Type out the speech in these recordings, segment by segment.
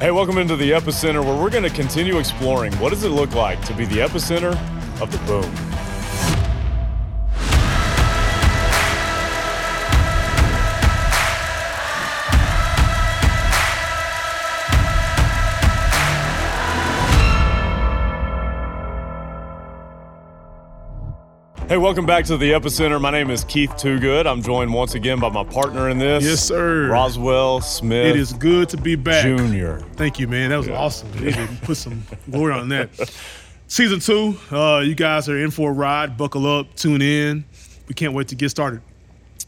Hey, welcome into the epicenter where we're going to continue exploring what does it look like to be the epicenter of the boom. Hey, welcome back to the epicenter. My name is Keith Toogood. I'm joined once again by my partner in this, Yes, sir. Roswell Smith. It is good to be back. Junior. Thank you, man. That was awesome. You really put some glory on that. Season two, uh, you guys are in for a ride. Buckle up, tune in. We can't wait to get started.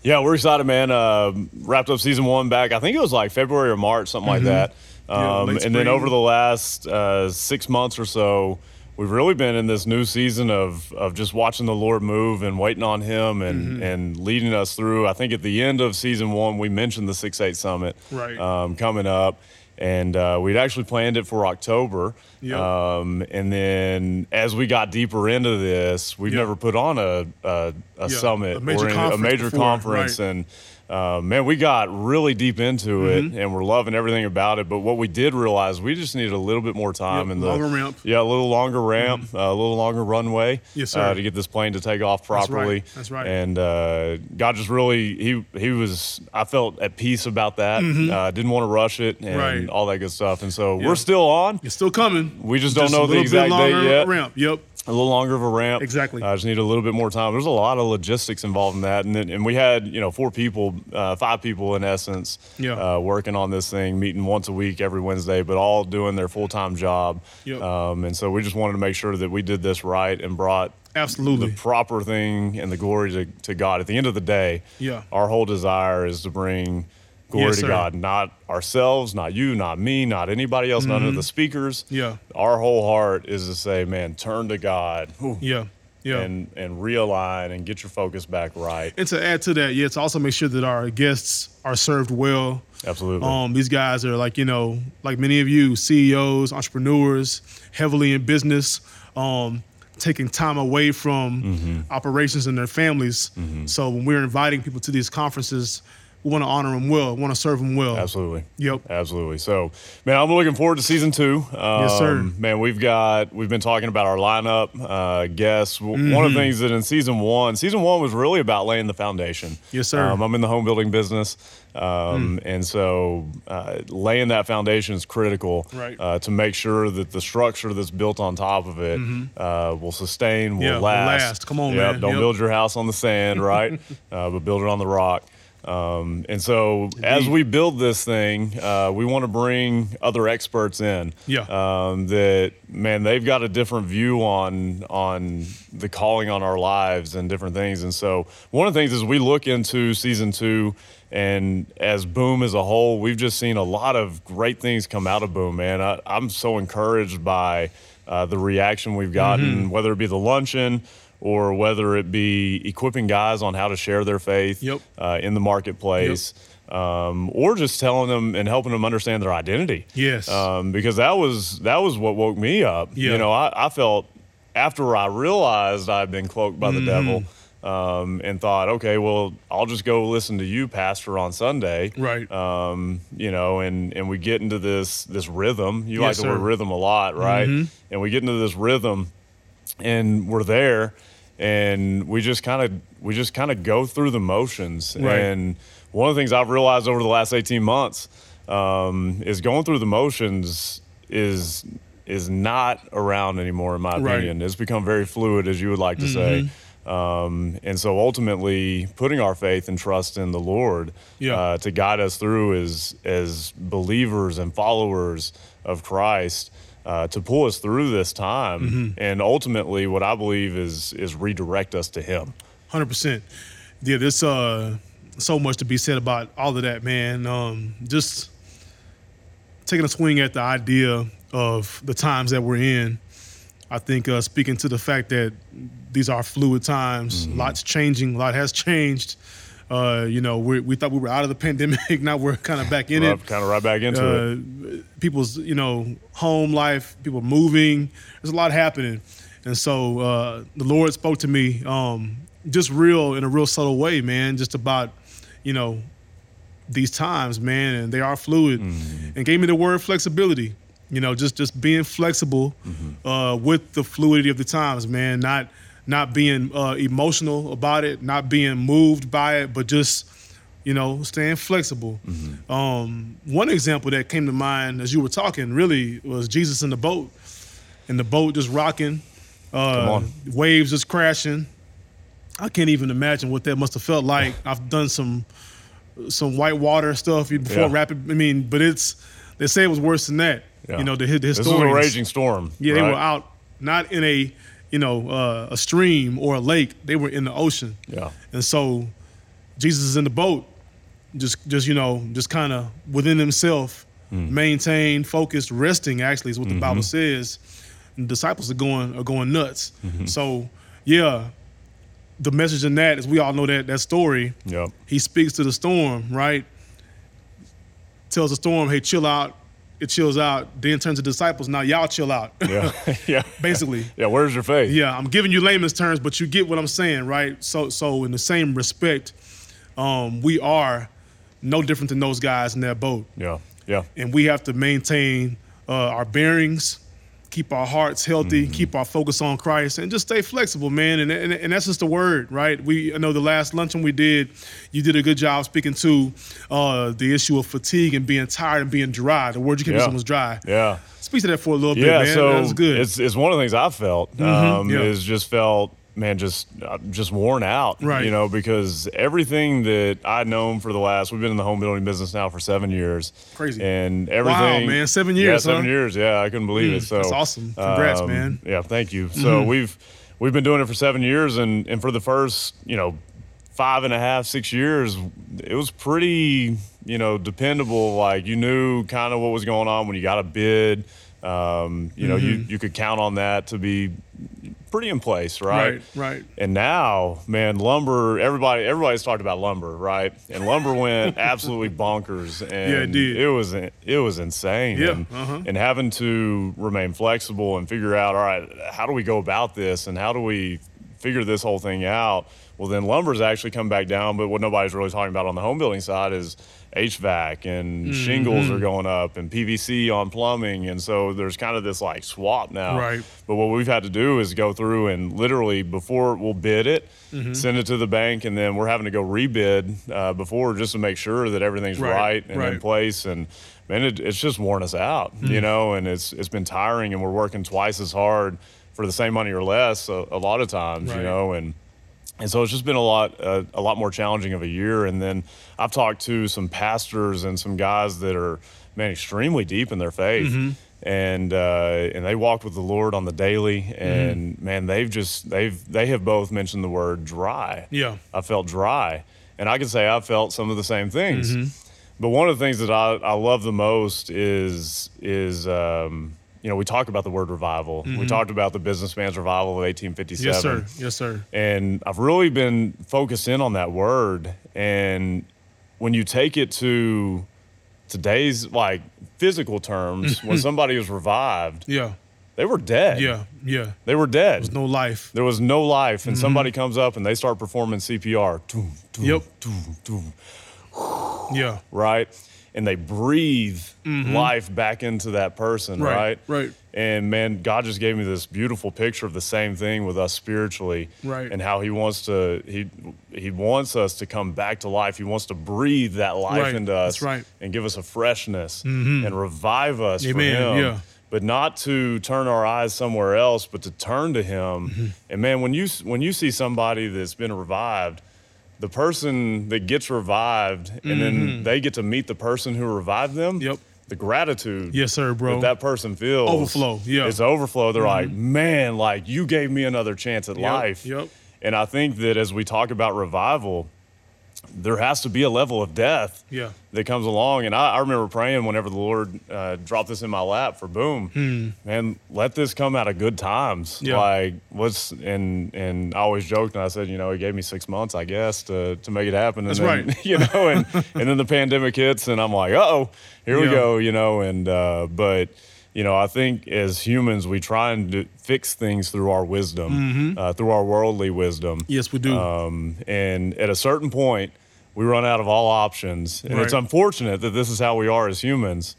Yeah, we're excited, man. Uh, wrapped up season one back. I think it was like February or March, something like that. Mm-hmm. Yeah, Um, late and then spring. over the last uh, six months or so, we've really been in this new season of of just watching the Lord move and waiting on Him and Mm-hmm. and leading us through. I think at the end of season one, we mentioned the six eight summit Right. um, coming up. And uh, we'd actually planned it for October. Yep. Um, and then as we got deeper into this, we've Yep. never put on a, a, a Yeah, summit a major or any- a conference major before, conference. right. And uh, man, we got really deep into Mm-hmm. it, and we're loving everything about it. But what we did realize, we just needed a little bit more time Yep, in the longer ramp. Mm-hmm. Yeah, a little longer ramp, uh, a little longer runway. Yes, Uh, sir. to get this plane to take off right, properly. that's right. And uh, God just really he he was. I felt at peace about that. Uh, didn't want to rush it and Mm-hmm. Right. all that good stuff. And so Yeah. we're still on. It's still coming. We just don't a know the little bit exact date longer yet. Ramp. Yep. a little longer of a ramp. Exactly. I just need a little bit more time. There's a lot of logistics involved in that, and then, and we had you know four people, uh, five people in essence, Yeah. uh, working on this thing, meeting once a week every Wednesday, but all doing their full time job. Yep. Um, and so we just wanted to make sure that we did this right and brought Absolutely. the proper thing and the glory to, to God. At the end of the day, Yeah. our whole desire is to bring glory Yes, to sir. God, not ourselves, not you, not me, not anybody else, none of the speakers. Mm-hmm. Yeah. Our whole heart is to say, man, turn to God Yeah. Yeah. and, and realign and get your focus back right. And to add to that, yeah, to also make sure that our guests are served well. Absolutely. Um, these guys are like, you know, like many of you, CEOs, entrepreneurs, heavily in business, um, taking time away from operations and their families. So when we're inviting people to these conferences, we want to honor them well, want to serve them well. Absolutely. Yep. Absolutely. So, man, I'm looking forward to season two. Um, Yes, sir. Man, we've got we've been talking about our lineup, uh, guests. W- One Mm-hmm. of the things that in season one, season one was really about laying the foundation. Yes, sir. Mm. Um, I'm in the home building business, um, and so uh, laying that foundation is critical. Right. Uh, to make sure that the structure that's built on top of it uh, will sustain, will Mm-hmm. Yeah, will last. last. Come on, Yep, man. Don't Yep. build your house on the sand, right? uh, but build it on the rock. Um, and so, as we build this thing, uh, we want to bring other experts in. Yeah. Um, that man, they've got a different view on on the calling on our lives and different things. And so, one of the things is we look into season two, and as Boom as a whole, we've just seen a lot of great things come out of Boom. Man, I, I'm so encouraged by uh, the reaction we've gotten, Mm-hmm. whether it be the luncheon or whether it be equipping guys on how to share their faith Yep. uh, in the marketplace, um, or just telling them and helping them understand their identity. Yes. um, because that was that was what woke me up. You Yeah. know, I, I felt after I realized I'd been cloaked by the devil. Um, and thought, okay, well, I'll just go listen to you, pastor, on Sunday, Right. Um, you know, and and we get into this this rhythm. You Yes, like the word sir. Mm-hmm. rhythm a lot, right? And we get into this rhythm, and we're there and we just kind of we just kind of go through the motions Right. and one of the things i've realized over the last 18 months um, is going through the motions is is not around anymore in my Right. Mm-hmm. opinion it's become very fluid as you would like to say um, and so ultimately putting our faith and trust in the lord Yeah. uh, to guide us through as as believers and followers of Christ uh, to pull us through this time Mm-hmm. and ultimately what I believe is is redirect us to him. Hundred percent. Yeah, there's uh so much to be said about all of that, man. Um, just taking a swing at the idea of the times that we're in. I think uh, speaking to the fact that these are fluid times, lots changing, a lot has changed. Uh, you know, we we thought we were out of the pandemic, now we're kind of back in it kind of right back into it. uh, people's you know home life, people moving. There's a lot happening, and so uh, the Lord spoke to me um, just real in a real subtle way, man. Just about you know these times, man, and they are fluid. And gave me the word flexibility. You know, just just being flexible uh, with the fluidity of the times, man. Not not being uh, emotional about it, not being moved by it, but just you know staying flexible. Um, one example that came to mind as you were talking really was Jesus in the boat, and the boat just rocking, uh, on. waves just crashing. I can't even imagine what that must have felt like. I've done some some white water stuff before Yeah. rapid. I mean, but it's they say it was worse than that. Yeah. You know, the, the This is a historians. raging storm. yeah, they right? were out not in a you know uh, a stream or a lake. They were in the ocean. Yeah. And so Jesus is in the boat, just just you know, just kind of within himself, Hmm. maintained, focused, resting. Actually, is what Mm-hmm. the Bible says. And the disciples are going are going nuts. Mm-hmm. So yeah, the message in that is we all know that that story. Yep. He speaks to the storm, right? Tells the storm, "Hey, chill out." It chills out. Then turns to the disciples. Now y'all chill out. Yeah. yeah. Basically, Yeah. Where's your faith? yeah, I'm giving you layman's terms, but you get what I'm saying, right? So, so in the same respect, um, we are no different than those guys in that boat, Yeah. Yeah. and we have to maintain uh, our bearings, keep our hearts healthy, Mm-hmm. keep our focus on Christ, and just stay flexible, man. And, and and that's just the word, right? We I know the last luncheon we did, you did a good job speaking to uh, the issue of fatigue and being tired and being dry. The word you gave me Yeah. was dry. Yeah. Speak to that for a little yeah, bit, man. so that was good. Mm-hmm. It's it's one of the things I felt um, yeah. is just felt man just uh, just worn out, Right. You know, because everything that I'd known for the last we've been in the home building business now for seven years, Crazy. and everything. man, seven Yeah, years, seven huh? years. Yeah, I couldn't believe it. So um, that's awesome. Congrats, man. Mm-hmm. Yeah, thank you. So we've we've been doing it for seven years, and and for the first you know five and a half six years, it was pretty you know dependable. Like you knew kind of what was going on when you got a bid. Um, you know, you Mm-hmm. you could count on that to be pretty in place, right? Right, right. And now, man, lumber. Everybody, everybody's talked about lumber, right? And lumber went absolutely bonkers, and Yeah, it did. it was it was insane. Yeah, and, uh-huh. and having to remain flexible and figure out, all right, how do we go about this, and how do we figure this whole thing out? Well, then lumber's actually come back down, but what nobody's really talking about on the home building side is HVAC and Mm-hmm. shingles are going up, and PVC on plumbing, and so there's kind of this like swap now. Right. But what we've had to do is go through and literally before we'll bid it, Mm-hmm. send it to the bank, and then we're having to go rebid uh, before just to make sure that everything's Right, right, and right. in place. And man, it, it's just worn us out, you know. And it's it's been tiring, and we're working twice as hard for the same money or less a, a lot of times, Right. you know. And and so it's just been a lot, uh, a lot more challenging of a year. And then I've talked to some pastors and some guys that are, man, extremely deep in their faith, and uh, and they walked with the Lord on the daily. And man, they've just they've they have both mentioned the word dry. Yeah. I felt dry, and I can say I felt some of the same things. Mm-hmm. But one of the things that I, I love the most is is um, you know we talk about the word revival. We talked about the businessman's revival of 1857 Mm-hmm. yes, sir. Yes, sir. and I've really been focused in on that word. And when you take it to today's like physical terms, when somebody was revived, Yeah. they were dead. Yeah, yeah. they were dead. No life. there was no life, and somebody comes up and they start performing CPR. Doom, doom, Yep. doom, doom, Yeah. right? And they breathe life back into that person, Mm-hmm. Right, right? right. And man, God just gave me this beautiful picture of the same thing with us spiritually, Right. And how He wants to He He wants us to come back to life. He wants to breathe that life Right, into that's us, right. Mm-hmm. And give us a freshness and revive us Amen, for Him. yeah. But not to turn our eyes somewhere else, but to turn to Him. Mm-hmm. And man, when you s- when you see somebody that's been revived, the person that gets revived and then they get to meet the person who revived them. Mm-hmm. Yep. The gratitude Yes, sir, that bro. that person feels Overflow, yeah. Mm-hmm. It's overflow. They're like, man, like you gave me another chance at life. yep. And I think that as we talk about revival, there has to be a level of death Yeah. that comes along. And I, I remember praying whenever the Lord uh, dropped this in my lap for boom, man, let this come out of good times. Hmm. Yeah. Like let's and and I always joked and I said, you know, he gave me six months, I guess, to to make it happen. And That's then, right. You know, and and then the pandemic hits and I'm like, uh oh, here we Yeah. go, you know, and uh, but. You know, I think as humans, we try and do- fix things through our Mm-hmm. wisdom, uh, through our worldly wisdom. Yes, we do. Um, and at a certain point, we run out of all options, and Right. it's unfortunate that this is how we are as humans.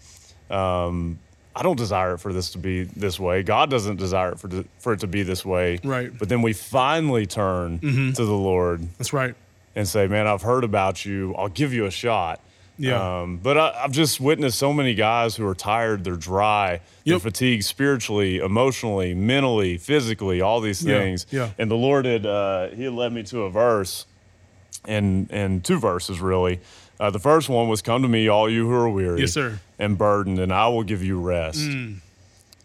Um, I don't desire it for this to be this way. God doesn't desire it for for it to be this way. Right. Mm-hmm. But then we finally turn to the Lord That's right. and say, "Man, I've heard about you. I'll give you a shot." Yeah. Um, but I, I've just witnessed so many guys who are tired, they're dry, they're Yep. fatigued spiritually, emotionally, mentally, physically, all these Yeah, things. yeah. And the Lord had uh, He had led me to a verse, and and two verses really. Uh, the first one was, "Come to me, all you who are weary, Yes, sir. and burdened, and I will give you rest."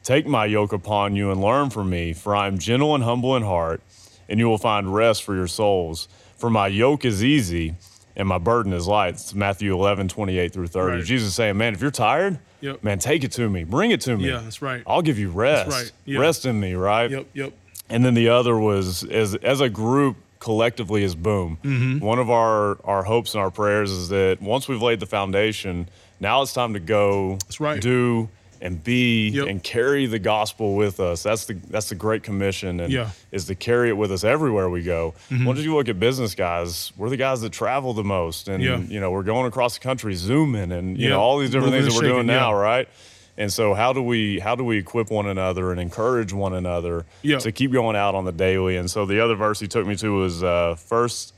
Take my yoke upon you and learn from me, for I am gentle and humble in heart, and you will find rest for your souls. For my yoke is easy and my burden is light. It's Matthew 11, 28 through 30. Right. Jesus is saying, Man, if you're tired, Yep. man, take it to me. Bring it to me. Yeah, that's right. I'll give you rest. right, yeah. Rest in me, right? Yep, yep. And then the other was as as a group collectively as Boom. Mm-hmm. One of our our hopes and our prayers is that once we've laid the foundation, now it's time to go That's right. do and be Yep. and carry the gospel with us. That's the that's the great commission and Yeah. Mm-hmm. is to carry it with us everywhere we go. Once you look at business guys, we're the guys that travel the most and Yeah. you know, we're going across the country zooming and you Yeah. know all these different Moving things that and we're doing shaking, yeah. now, right? And so how do we how do we equip one another and encourage one another Yeah. to keep going out on the daily? And so the other verse he took me to was uh First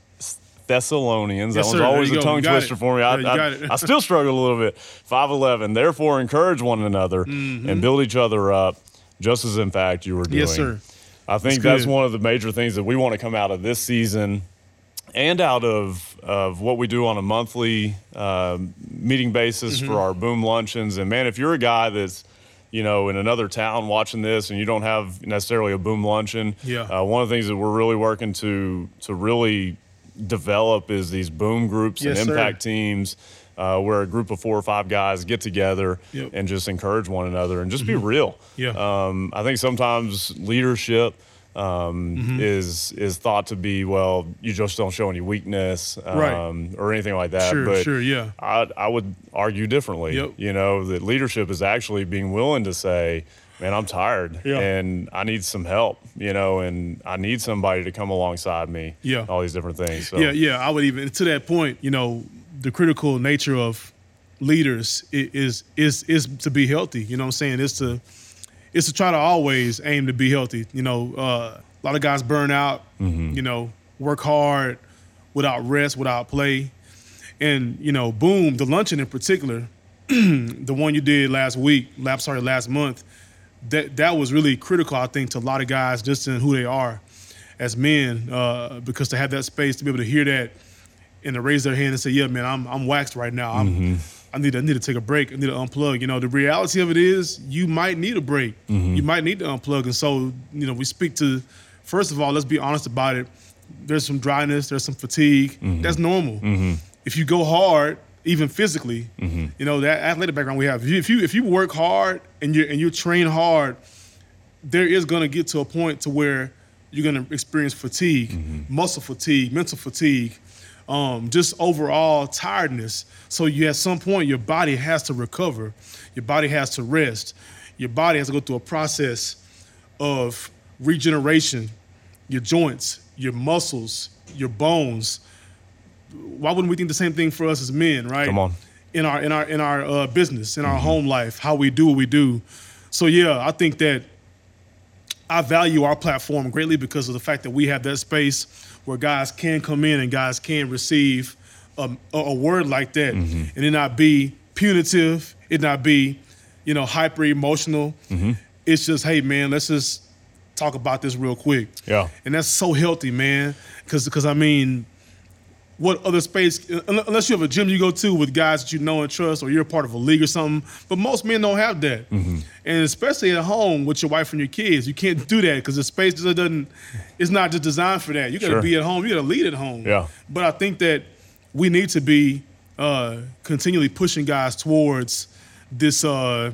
Thessalonians. Yes, that one's sir. There always a you go. You tongue got it. twister for me. Yeah, I, you I- got it. I still struggle a little bit. Five eleven. Therefore, encourage one another and build each other up, just as in fact you were doing. Mm-hmm. Yes, sir. I think That's that's good. one of the major things that we want to come out of this season and out of of what we do on a monthly um meeting basis Mm-hmm. for our boom luncheons. And man, if you're a guy that's you know in another town watching this and you don't have necessarily a boom luncheon, Yeah. uh, one of the things that we're really working to to really develop is these boom groups Yes, and sir. impact teams. Uh, where a group of four or five guys get together Yep. Mm-hmm. and just encourage one another and just be real. Yeah. Um, I think sometimes leadership um, Mm-hmm. is is thought to be well, you just don't show any weakness um, Right. or anything like that. Sure, but sure, yeah. I, I would argue differently. Yep. You know that leadership is actually being willing to say, "Man, I'm tired Yeah. and I need some help." You know, and I need somebody to come alongside me. Yeah. All these different things. So, Yeah, yeah. I would even to that point, you know, the critical nature of leaders i- is is is to be healthy. You know what I'm saying? It's to it's to try to always aim to be healthy. You know, uh, a lot of guys burn out. You know, work hard without rest, without play, and you know, boom, the luncheon in particular, the one you did last week, last sorry, last month, that that was really critical, I think, to a lot of guys just in who they are as men, uh, because to have that space to be able to hear that and to raise their hand and say, "Yeah, man, I'm I'm waxed right now. I'm I need to, I need to take a break. I need to unplug." You know, the reality of it is, you might need a break. You might need to unplug, and so you know, we speak to. First of all, let's be honest about it. There's some dryness. There's some fatigue. That's normal. If you go hard, even physically, you know that athletic background we have. If you if you, if you work hard and you and you train hard, there is going to get to a point to where you're going to experience fatigue, Mm-hmm. muscle fatigue, mental fatigue, um, just overall tiredness. So you at some point your body has to recover, your body has to rest, your body has to go through a process of regeneration, your joints, your muscles, your bones. Why wouldn't we think the same thing for us as men, right? Come on. Mm-hmm. in our in our in our uh, business, in our home life, how we do what we do. So yeah, I think that I value our platform greatly because of the fact that we have that space where guys can come in and guys can receive um, a, a word like that, and it not be punitive, it not be, you know, hyper emotional. It's just, hey man, let's just talk about this real quick. Yeah. and that's so healthy, man. Because because I mean, what other space un- unless you have a gym you go to with guys that you know and trust or you're a part of a league or something but most men don't have that Mm-hmm. and especially at home with your wife and your kids you can't do that because the space just doesn't it's not just designed for that you gotta Sure. be at home you gotta lead at home Yeah. but i think that we need to be uh, continually pushing guys towards this uh,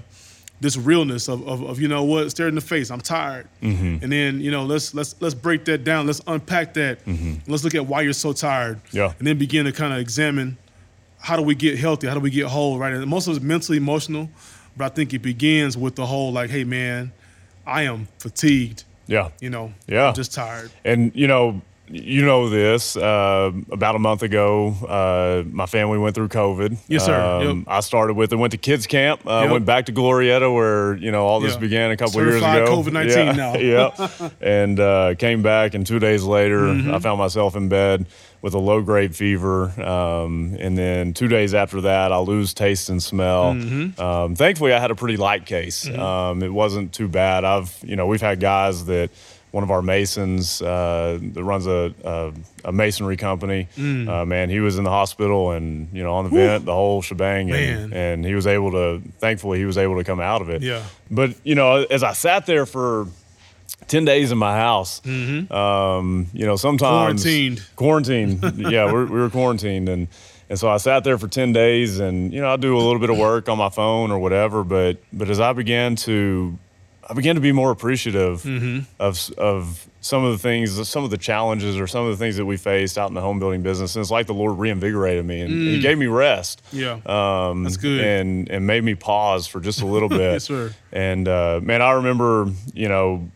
this realness of, of, of you know what stare in the face i'm tired Mm-hmm. and then you know let's let's let's break that down let's unpack that let's look at why you're so tired Mm-hmm. Yeah. and then begin to kind of examine how do we get healthy? How do we get whole? Right? And most of it's mentally emotional, but I think it begins with the whole like, hey man, I am fatigued. yeah. You know, Yeah. I'm just tired. And you know, you know this. Uh, about a month ago, uh, my family went through COVID. Yes, sir. Um, Yep. I started with it. Went to kids camp. Uh, Yep. Went back to Glorieta, where you know all this Yeah. began a couple Certified years ago. COVID-19 yeah. now. yeah. And uh, came back, and two days later, Mm-hmm. I found myself in bed with a low grade fever. Um, and then two days after that, I lose taste and smell. Mm-hmm. Um, thankfully, I had a pretty light case. Um, it wasn't too bad. I've, you know, we've had guys that one of our masons uh, that runs a, a, a masonry company. Mm. Uh, man, he was in the hospital and you know on the vent, the whole shebang, Man. and, and he was able to. Thankfully, he was able to come out of it. Yeah. But you know, as I sat there for. 10 days in my house. Um, you know, sometimes Mm-hmm. Quarantined. Quarantined. yeah, we're, we were quarantined. And, and so I sat there for 10 days and, you know, I do a little bit of work on my phone or whatever. But, but as I began to, I began to be more appreciative Mm-hmm. of, s- of some of the things, some of the challenges or some of the things that we faced out in the home building business. And it's like the Lord reinvigorated me and he gave me rest. Mm. Yeah. Um, That's good. And, and made me pause for just a little bit. Yes, sir. And uh, man, I remember, you know,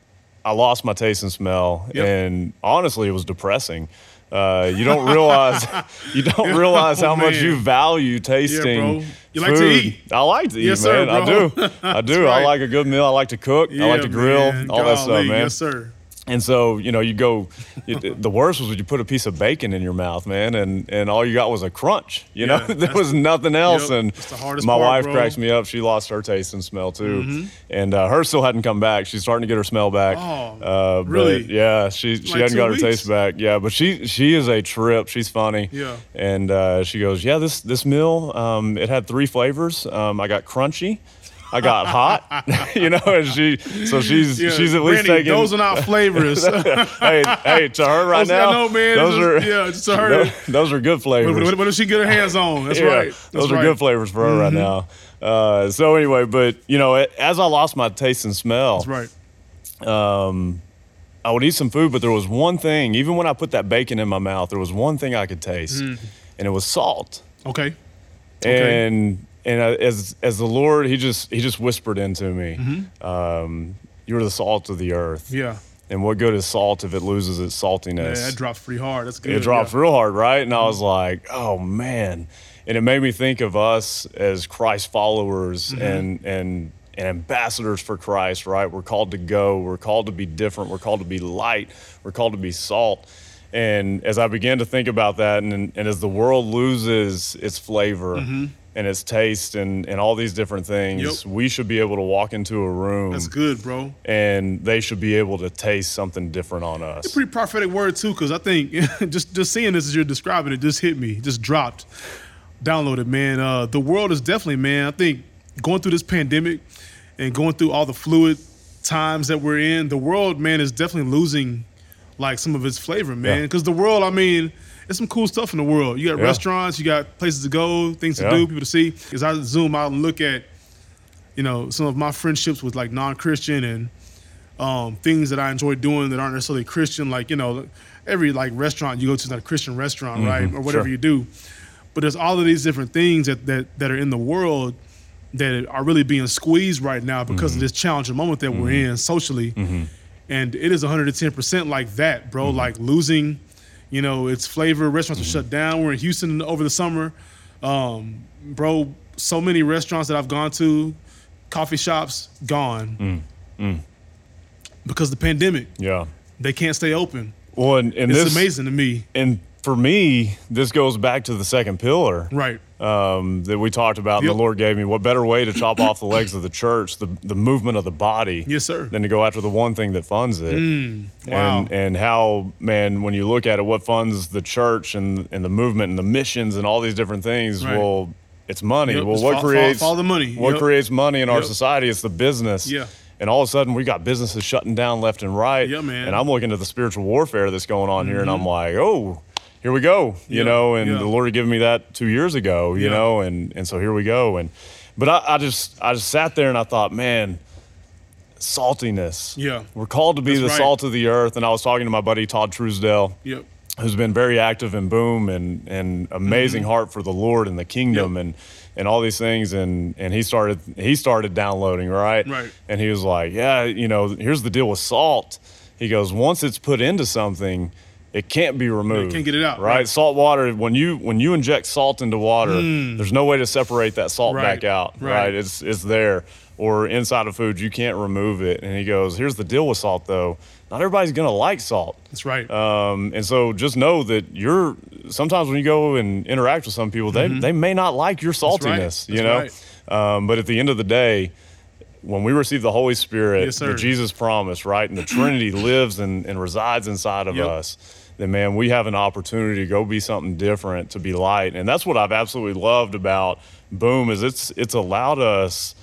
I lost my taste and smell, Yep. and honestly, it was depressing. Uh, you don't realize you don't realize how much man. you value tasting. bro. You like to food. eat. I like to eat, Yes, sir, man. I bro. do. I do. I That's right. like a good meal. I like to cook. I like to Yeah, grill. man. All that stuff, Golly, man. Yes, sir. And so, you know, you go. You, the worst was when you put a piece of bacon in your mouth, man, and and all you got was a crunch. You know, Yeah, there that's- was nothing else. Yep, and that's the hardest my part, wife bro. Mm-hmm. cracks me up. She lost her taste and smell too, and uh, hers still hadn't come back. She's starting to get her smell back. Oh, uh, but really? Yeah, she she Like hadn't two got her weeks? taste back. Yeah, but she she is a trip. She's funny. Yeah. And uh, she goes, yeah, this this meal, um, it had three flavors. Um, I got crunchy. I got hot, you know, and she, so she's, Yeah, she's at least Randy, taking, Those are not flavors. hey, hey, to her right Those- I now, know, man. Those It's are just- yeah, just to her. tho- Those are good flavors. what, what, what does she get her hands on? That's Yeah, right. That's those right. Mm-hmm. are good flavors for her right now. Uh, so anyway, but you know, a- as I lost my taste and smell, That's right. I would eat some food, but there was one thing. Even when I put that bacon in my mouth, there was one thing I could taste, and it was salt. Okay. Mm-hmm. Okay. And and I, as as the Lord, he just he just whispered into me, Mm-hmm. um, "You're the salt of the earth." Yeah. And what good is salt if it loses its Yeah, saltiness? that drops pretty hard. That's good. it drops Yeah. real hard, right? And I was like, oh man. And it made me think of us as Christ followers Mm-hmm. and and and ambassadors for Christ, right? We're called to go, we're called to be different, we're called to be light, we're called to be salt. And as I began to think about that, and, and as the world loses its flavor Mm-hmm. and its taste and, and all these different things, we should be able to walk into a room That's good, bro. and they should be able to taste something different on us. Pretty prophetic word too, because I think just just seeing this as you're describing it just hit me, just dropped, downloaded, man. Uh, the world is definitely, man. I think going through this pandemic and going through all the fluid times that we're in, the world, man, is definitely losing like some of its flavor, man. Yeah. Because the world, I mean, it's some cool stuff in the world. You got Yeah. restaurants, you got places to go, things to Yeah. do, people to see. As I zoom out and look at, you know, some of my friendships with like non-Christian and um, things that I enjoy doing that aren't necessarily Christian, like you know, every like restaurant you go to is not a Christian restaurant, right, or whatever sure. you do. But there's all of these different things that that that are in the world that are really being squeezed right now because of this challenging moment that we're in socially, and it is 110 percent like that, bro. Like losing, you know, its flavor. Restaurants are shut down. We're in Houston over the summer, um, bro. So many restaurants that I've gone to, coffee shops gone because of the pandemic yeah. they can't stay open. Well, and, and It's this amazing to me. and for me, this goes back to the second pillar Right. um, that we talked about. Yep. And the Lord gave me what better way to chop off the legs of the church, the the movement of the body, Yes, sir. Mm, than to go after the one thing that funds it. Wow. And and how man, when you look at it, what funds the church and and the movement and the missions and all these different things? Right. Well, it's money. Yep, well, it's what fo- fo- creates follow the money. What Yep. creates money in our Yep. society? It's the business. Yeah. And all of a sudden, we got businesses shutting down left and right. Yeah, man. Mm-hmm. And I'm looking at the spiritual warfare that's going on here, and I'm like, oh, here we go. You Yeah, know, and yeah. the Lord had given me that two years ago. You Yeah. know, and and so here we go. And but I, I just I just sat there and I thought, man, saltiness. Yeah. We're called to be That's the right. salt of the earth. And I was talking to my buddy Todd Truesdell Yep. who's been very active in Boom and and amazing Mm-hmm. heart for the Lord and the kingdom and and all these things and and he started he started downloading right Right. and he was like yeah you know here's the deal with salt he goes once it's put into something it it can't be removed. can't get it out, Right? right. Salt water when you when you inject salt into water, there's no way to separate that salt Hmm. Right, back out. right. Right. It's it's there. Or inside of food, you can't remove it. And he goes, here's the deal with salt though. Not everybody's gonna like salt. That's right. Um, and so just know that you're sometimes when you go and interact with some people, they, they may not like your saltiness, right. you Mm-hmm. That's know? Um, but at the end of the day, when we receive the Holy Spirit, Yes, sir. the Jesus promise, right? And the Trinity lives and, and resides inside of Yep. us, then man, we have an opportunity to go be something different, to be light. And that's what I've absolutely loved about Boom is it's it's allowed us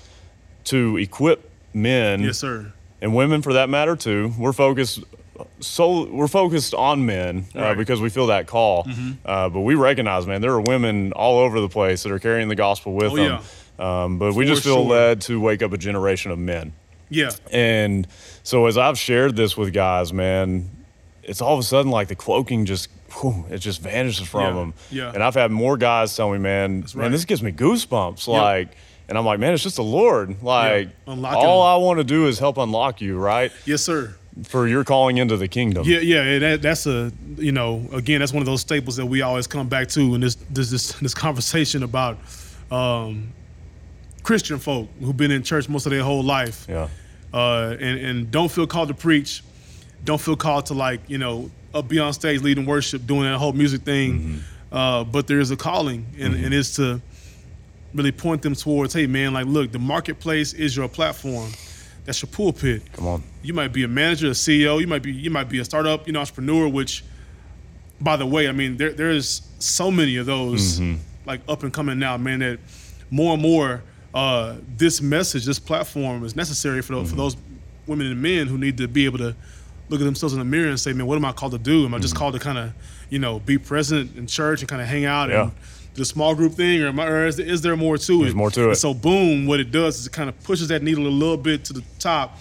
to equip men yes, sir. and women for that matter too. We're focused so we're focused on men uh, Right. Mm-hmm. because we feel that call, uh, but we recognize, man, there are women all over the place that are carrying the gospel with Oh, them. Um, but we For just feel sure. led to wake up a generation of men. Yeah. And so as I've shared this with guys, man, it's all of a sudden like the cloaking just whew, it just vanishes from Yeah, them. yeah. And I've had more guys tell me, man, right. man, this gives me goosebumps. Like, and I'm like, man, it's just the Lord. Like, Unlocking all them. I want to do is help unlock you, right, Yes, sir. for your calling into the kingdom. Yeah, yeah, and that, that's a you know again that's one of those staples that we always come back to in this this this, this conversation about um, Christian folk who've been in church most of their whole life, Yeah. uh, and and don't feel called to preach, don't feel called to like you know up be on stage leading worship, doing that whole music thing, uh, but there is a calling, and, and it's to really point them towards, hey man, like look, the marketplace is your platform, that's your pulpit Come on. you might be a manager, a CEO, you might be you might be a startup, you know, entrepreneur. Which, by the way, I mean there there's so many of those Mm-hmm. like up and coming now, man. That more and more uh, this message, this platform is necessary for Mm-hmm. those, for those women and men who need to be able to look at themselves in the mirror and say, man, what am I called to do? Am I Mm-hmm. just called to kind of you know be present in church and kind of hang out Yeah. and do the small group thing, or, am I, or is, is there more to it? more to And it. so boom, what it does is it kind of pushes that needle a little bit to the top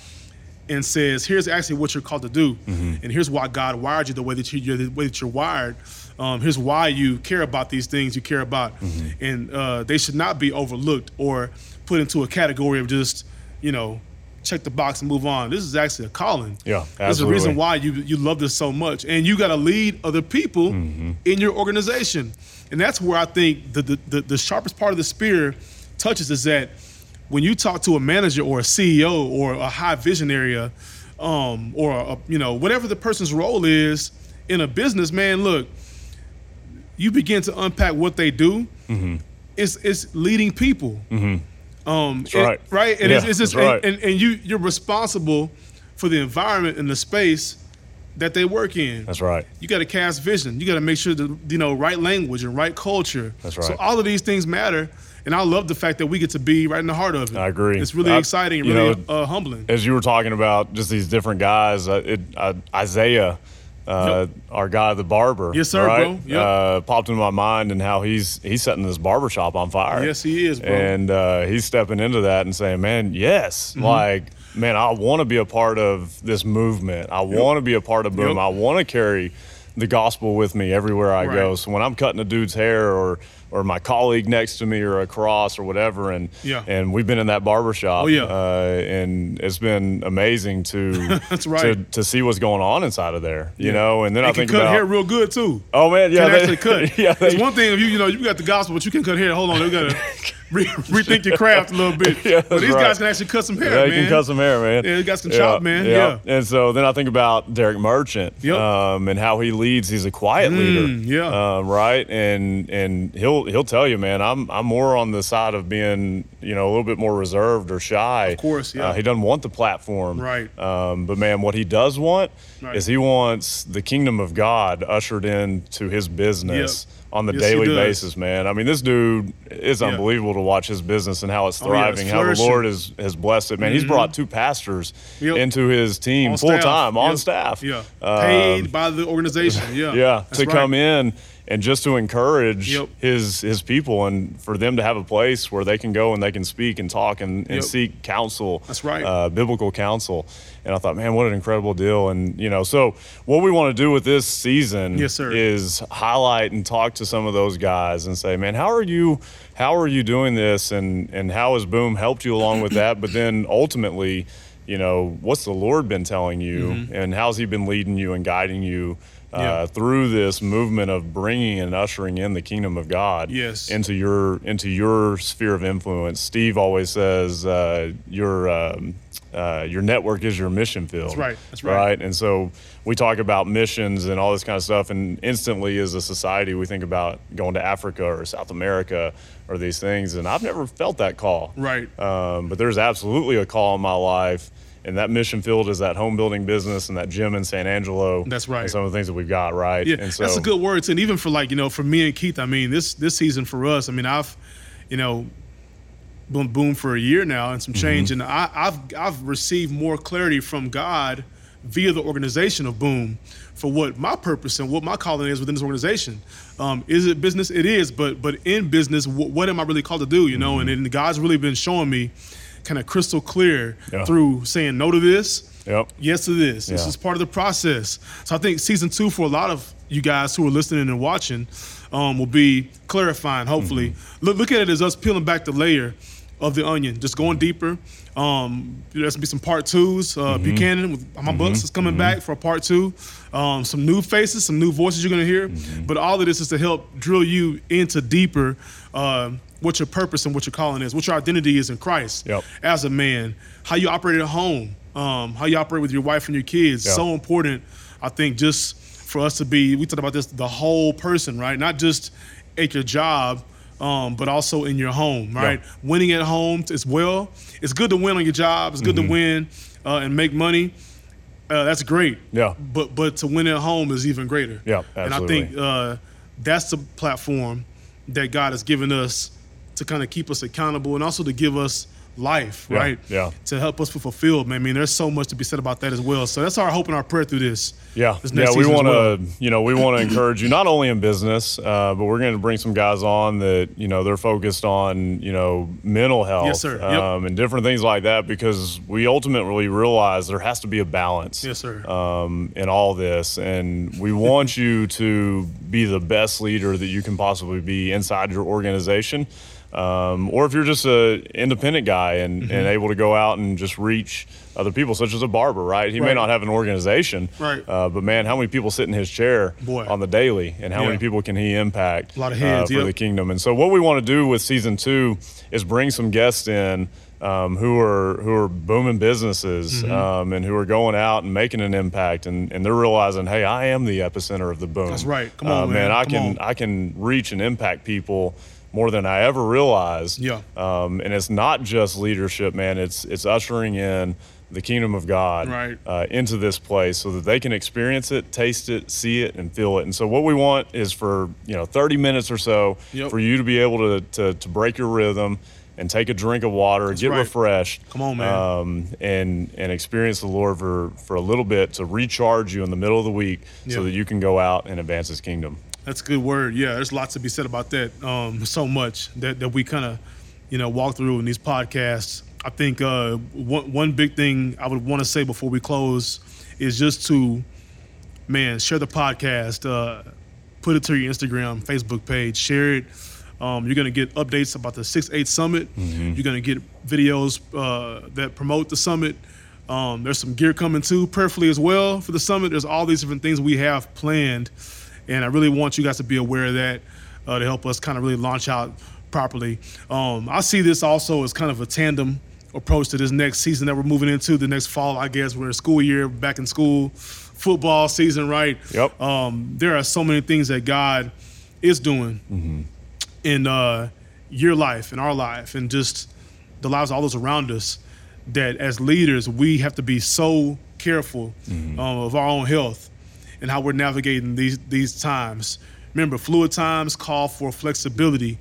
and says, "Here's actually what you're called to do, Mm-hmm. and here's why God wired you the way that you, you're the way that you're wired. Um, here's why you care about these things you care about, Mm-hmm. and uh, they should not be overlooked or put into a category of just, you know, check the box and move on. This is actually a calling. Yeah, there's a reason absolutely. why you you love this so much, and you got to lead other people in your organization, and that's where I think the the, the the sharpest part of the spear touches is that." when you talk to a manager or a CEO or a high visionary, uh, um, or a, you know whatever the person's role is in a business, man, look, you begin to unpack what they do. Mm-hmm. It's it's leading people, um, and- right. right, and it's, Yeah, it's that's just right. and, and, and you you're responsible for the environment and the space that they work in. That's right. You got to cast vision. You got to make sure the you know right language and right culture. That's right. So all of these things matter, and I love the fact that we get to be right in the heart of it. I agree. It's really I- exciting and you really know, uh, humbling. as you were talking about just these different guys, uh, it, uh, Isaiah, uh, our guy, the barber, Yes, sir, right? bro. Yep. Uh, popped into my mind and how he's he's setting this barber shop on fire. Yes, he is, bro. And uh, he's stepping into that and saying, "Man, yes, Mm-hmm. like." Man, I want to be a part of this movement. I want to be a part of Boom. Yep. I want to carry the gospel with me everywhere I Right. go. So when I'm cutting a dude's hair, or or my colleague next to me, or across, or whatever, and Yeah. and we've been in that barber shop. Oh, yeah. Uh, and it's been amazing to That's to, right. to see what's going on inside of there, you know. And then I They can think cut about hair real good too. oh man, yeah, can they- actually cut. yeah, it's they- one thing if you you know you got the gospel, but you can cut hair. Hold on, we gotta re- rethink your craft a little bit. Yeah, but that's these right. guys can actually cut some hair, yeah, you man. can cut some hair, man. Yeah, you got some chop, man. Yeah. And so then I think about Derek Merchant, Yep. Mm, um, and how he leads. He's a quiet leader, yeah. um, right. And and he'll he'll tell you, man, I'm I'm more on the side of being, you know, a little bit more reserved or shy. Of course, yeah. he doesn't want the platform, Right. Um, but man, what he does want Right. is he wants the kingdom of God ushered into his business. On the Yes, he daily does. basis, man. I mean, this dude is unbelievable to watch his business and how it's Oh, yeah, it's thriving, how the flourishing. Lord has, has blessed it. Man, he's brought two pastors Mm-hmm. Yep. into his team On full staff. time on Yeah. staff. Yeah, Um, paid by the organization. Yeah, yeah, That's to right. come in and just to encourage Yep. his his people and for them to have a place where they can go and they can speak and talk and, and Yep. seek counsel. That's right. Uh, biblical counsel. And I thought, man, what an incredible deal. And you know, so what we want to do with this season Yes, sir. is highlight and talk to some of those guys and say, man, how are you how are you doing this and and how has Boom helped you along with that? But then ultimately, you know, what's the Lord been telling you and how's he been leading you and guiding you uh, Mm-hmm. Yeah. through this movement of bringing and ushering in the kingdom of God Yes. into your into your sphere of influence. Steve always says uh, your um, uh, your network is your mission field. That's right. That's right. Right. And so we talk about missions and all this kind of stuff, and instantly as a society we think about going to Africa or South America or these things. And I've never felt that call. Right. Um, but there's absolutely a call in my life, and that mission field is that home building business and that gym in San Angelo. That's right. And some of the things that we've got right. Yeah, and so, that's a good word. And even for like you know, for me and Keith, I mean this this season for us, I mean I've, you know, been boom for a year now and some change, Mm-hmm. and I, I've I've received more clarity from God via the organization of Boom for what my purpose and what my calling is within this organization. Um, is it business? It is, but but in business, what, what am I really called to do? You Mm-hmm. know, and, and God's really been showing me kind of crystal clear Yeah. through saying no to this Yep. yes to this. This Yeah. is part of the process. So I think season two for a lot of you guys who are listening and watching um, will be clarifying. Hopefully, Mm-hmm. look look at it as us peeling back the layer of the onion, just going deeper. Um, there's gonna be some part twos. Uh, Mm-hmm. Buchanan with my books is coming back for a part two. Um, some new faces, some new voices you're gonna hear. Mm-hmm. But all of this is to help drill you into deeper. Uh, what your purpose and what your calling is, what your identity is in Christ Yep. as a man, how you operate at home, um, how you operate with your wife and your kids, Yeah. so important. I think just for us to be, we talked about this, the whole person, right? Not just at your job, um, but also in your home, right? Winning at home as well. It's good to win on your job. It's good Mm-hmm. to win uh, and make money. Uh, that's great. Yeah. But but to win at home is even greater. Yeah, And I think uh, that's the platform that God has given us to kind of keep us accountable and also to give us life, Yeah, right? yeah. To help us be fulfilled. man. I mean, there's so much to be said about that as well. So that's our hope and our prayer through this. Yeah, This yeah, next we season as want to, well. you know, we want to encourage you not only in business, uh, but we're going to bring some guys on that, you know, they're focused on, you know, mental health, sir. Yep. um, and different things like that, because we ultimately realize there has to be a balance, Yes, sir. um, in all this, and we want you to be the best leader that you can possibly be inside your organization, um, or if you're just a independent guy and, Mm-hmm. and able to go out and just reach other people, such as a barber, right? He may Right. not have an organization, Right. Uh, but man, how many people sit in his chair Boy. on the daily, and how Yeah. many people can he impact? A lot of heads, Uh, for yep. the kingdom. And so, what we want to do with season two is bring some guests in um, who are who are booming businesses Mm-hmm. um, and who are going out and making an impact, and, and they're realizing, hey, I am the epicenter of the boom. That's right. Come on, Uh, man. I Come can on. I can reach and impact people more than I ever realized. Yeah. Um, and it's not just leadership, man. It's it's ushering in the kingdom of God Right. uh, into this place so that they can experience it, taste it, see it, and feel it. And so what we want is for you know 30 minutes or so Yep. for you to be able to, to to break your rhythm and take a drink of water, get right. refreshed. Come on, man. Um, and and experience the Lord for for a little bit to recharge you in the middle of the week Yeah. so that you can go out and advance His kingdom. That's a good word. Yeah, there's lots to be said about that. Um, so much that, that we kind of, you know, walk through in these podcasts. I think uh, one, one big thing I would want to say before we close is just to, man, share the podcast, uh, put it to your Instagram, Facebook page, share it. Um, you're going to get updates about the 6 8 Summit. You're going to get videos uh, that promote the summit. Um, there's some gear coming too, prayerfully as well, for the summit. There's all these different things we have planned. And I really want you guys to be aware of that uh, to help us kind of really launch out properly. Um, I see this also as kind of a tandem approach to this next season that we're moving into, the next fall, I guess. We're in school year, back in school, football season, right? Yep. Um, there are so many things that God is doing in uh, your life, in our life, and just the lives of all those around us. That as leaders, we have to be so careful um, of our own health and how we're navigating these these times. Remember, fluid times call for flexibility,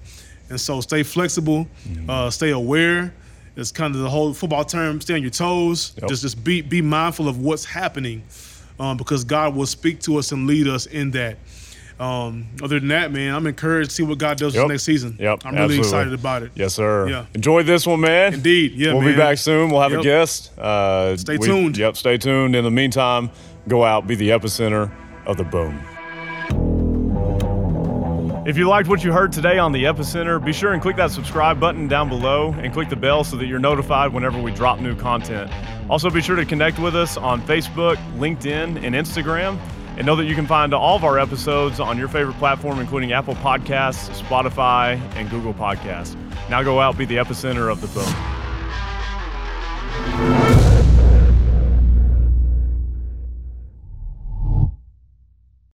and so stay flexible, uh, stay aware. It's kind of the whole football term: stay on your toes. Yep. Just just be be mindful of what's happening, um, because God will speak to us and lead us in that. Um, other than that, man, I'm encouraged to see what God does Yep. this next season. Yep, I'm really absolutely. excited about it. Yes, sir. Yeah. Enjoy this one, man. Indeed. Yeah, we'll man. be back soon. We'll have Yep. a guest. Uh, Stay tuned. Yep, stay tuned. In the meantime, go out, be the epicenter of the boom. If you liked what you heard today on the Epicenter, be sure and click that subscribe button down below and click the bell so that you're notified whenever we drop new content. Also, be sure to connect with us on Facebook, LinkedIn, and Instagram. And know that you can find all of our episodes on your favorite platform, including Apple Podcasts, Spotify, and Google Podcasts. Now go out, be the epicenter of the boom.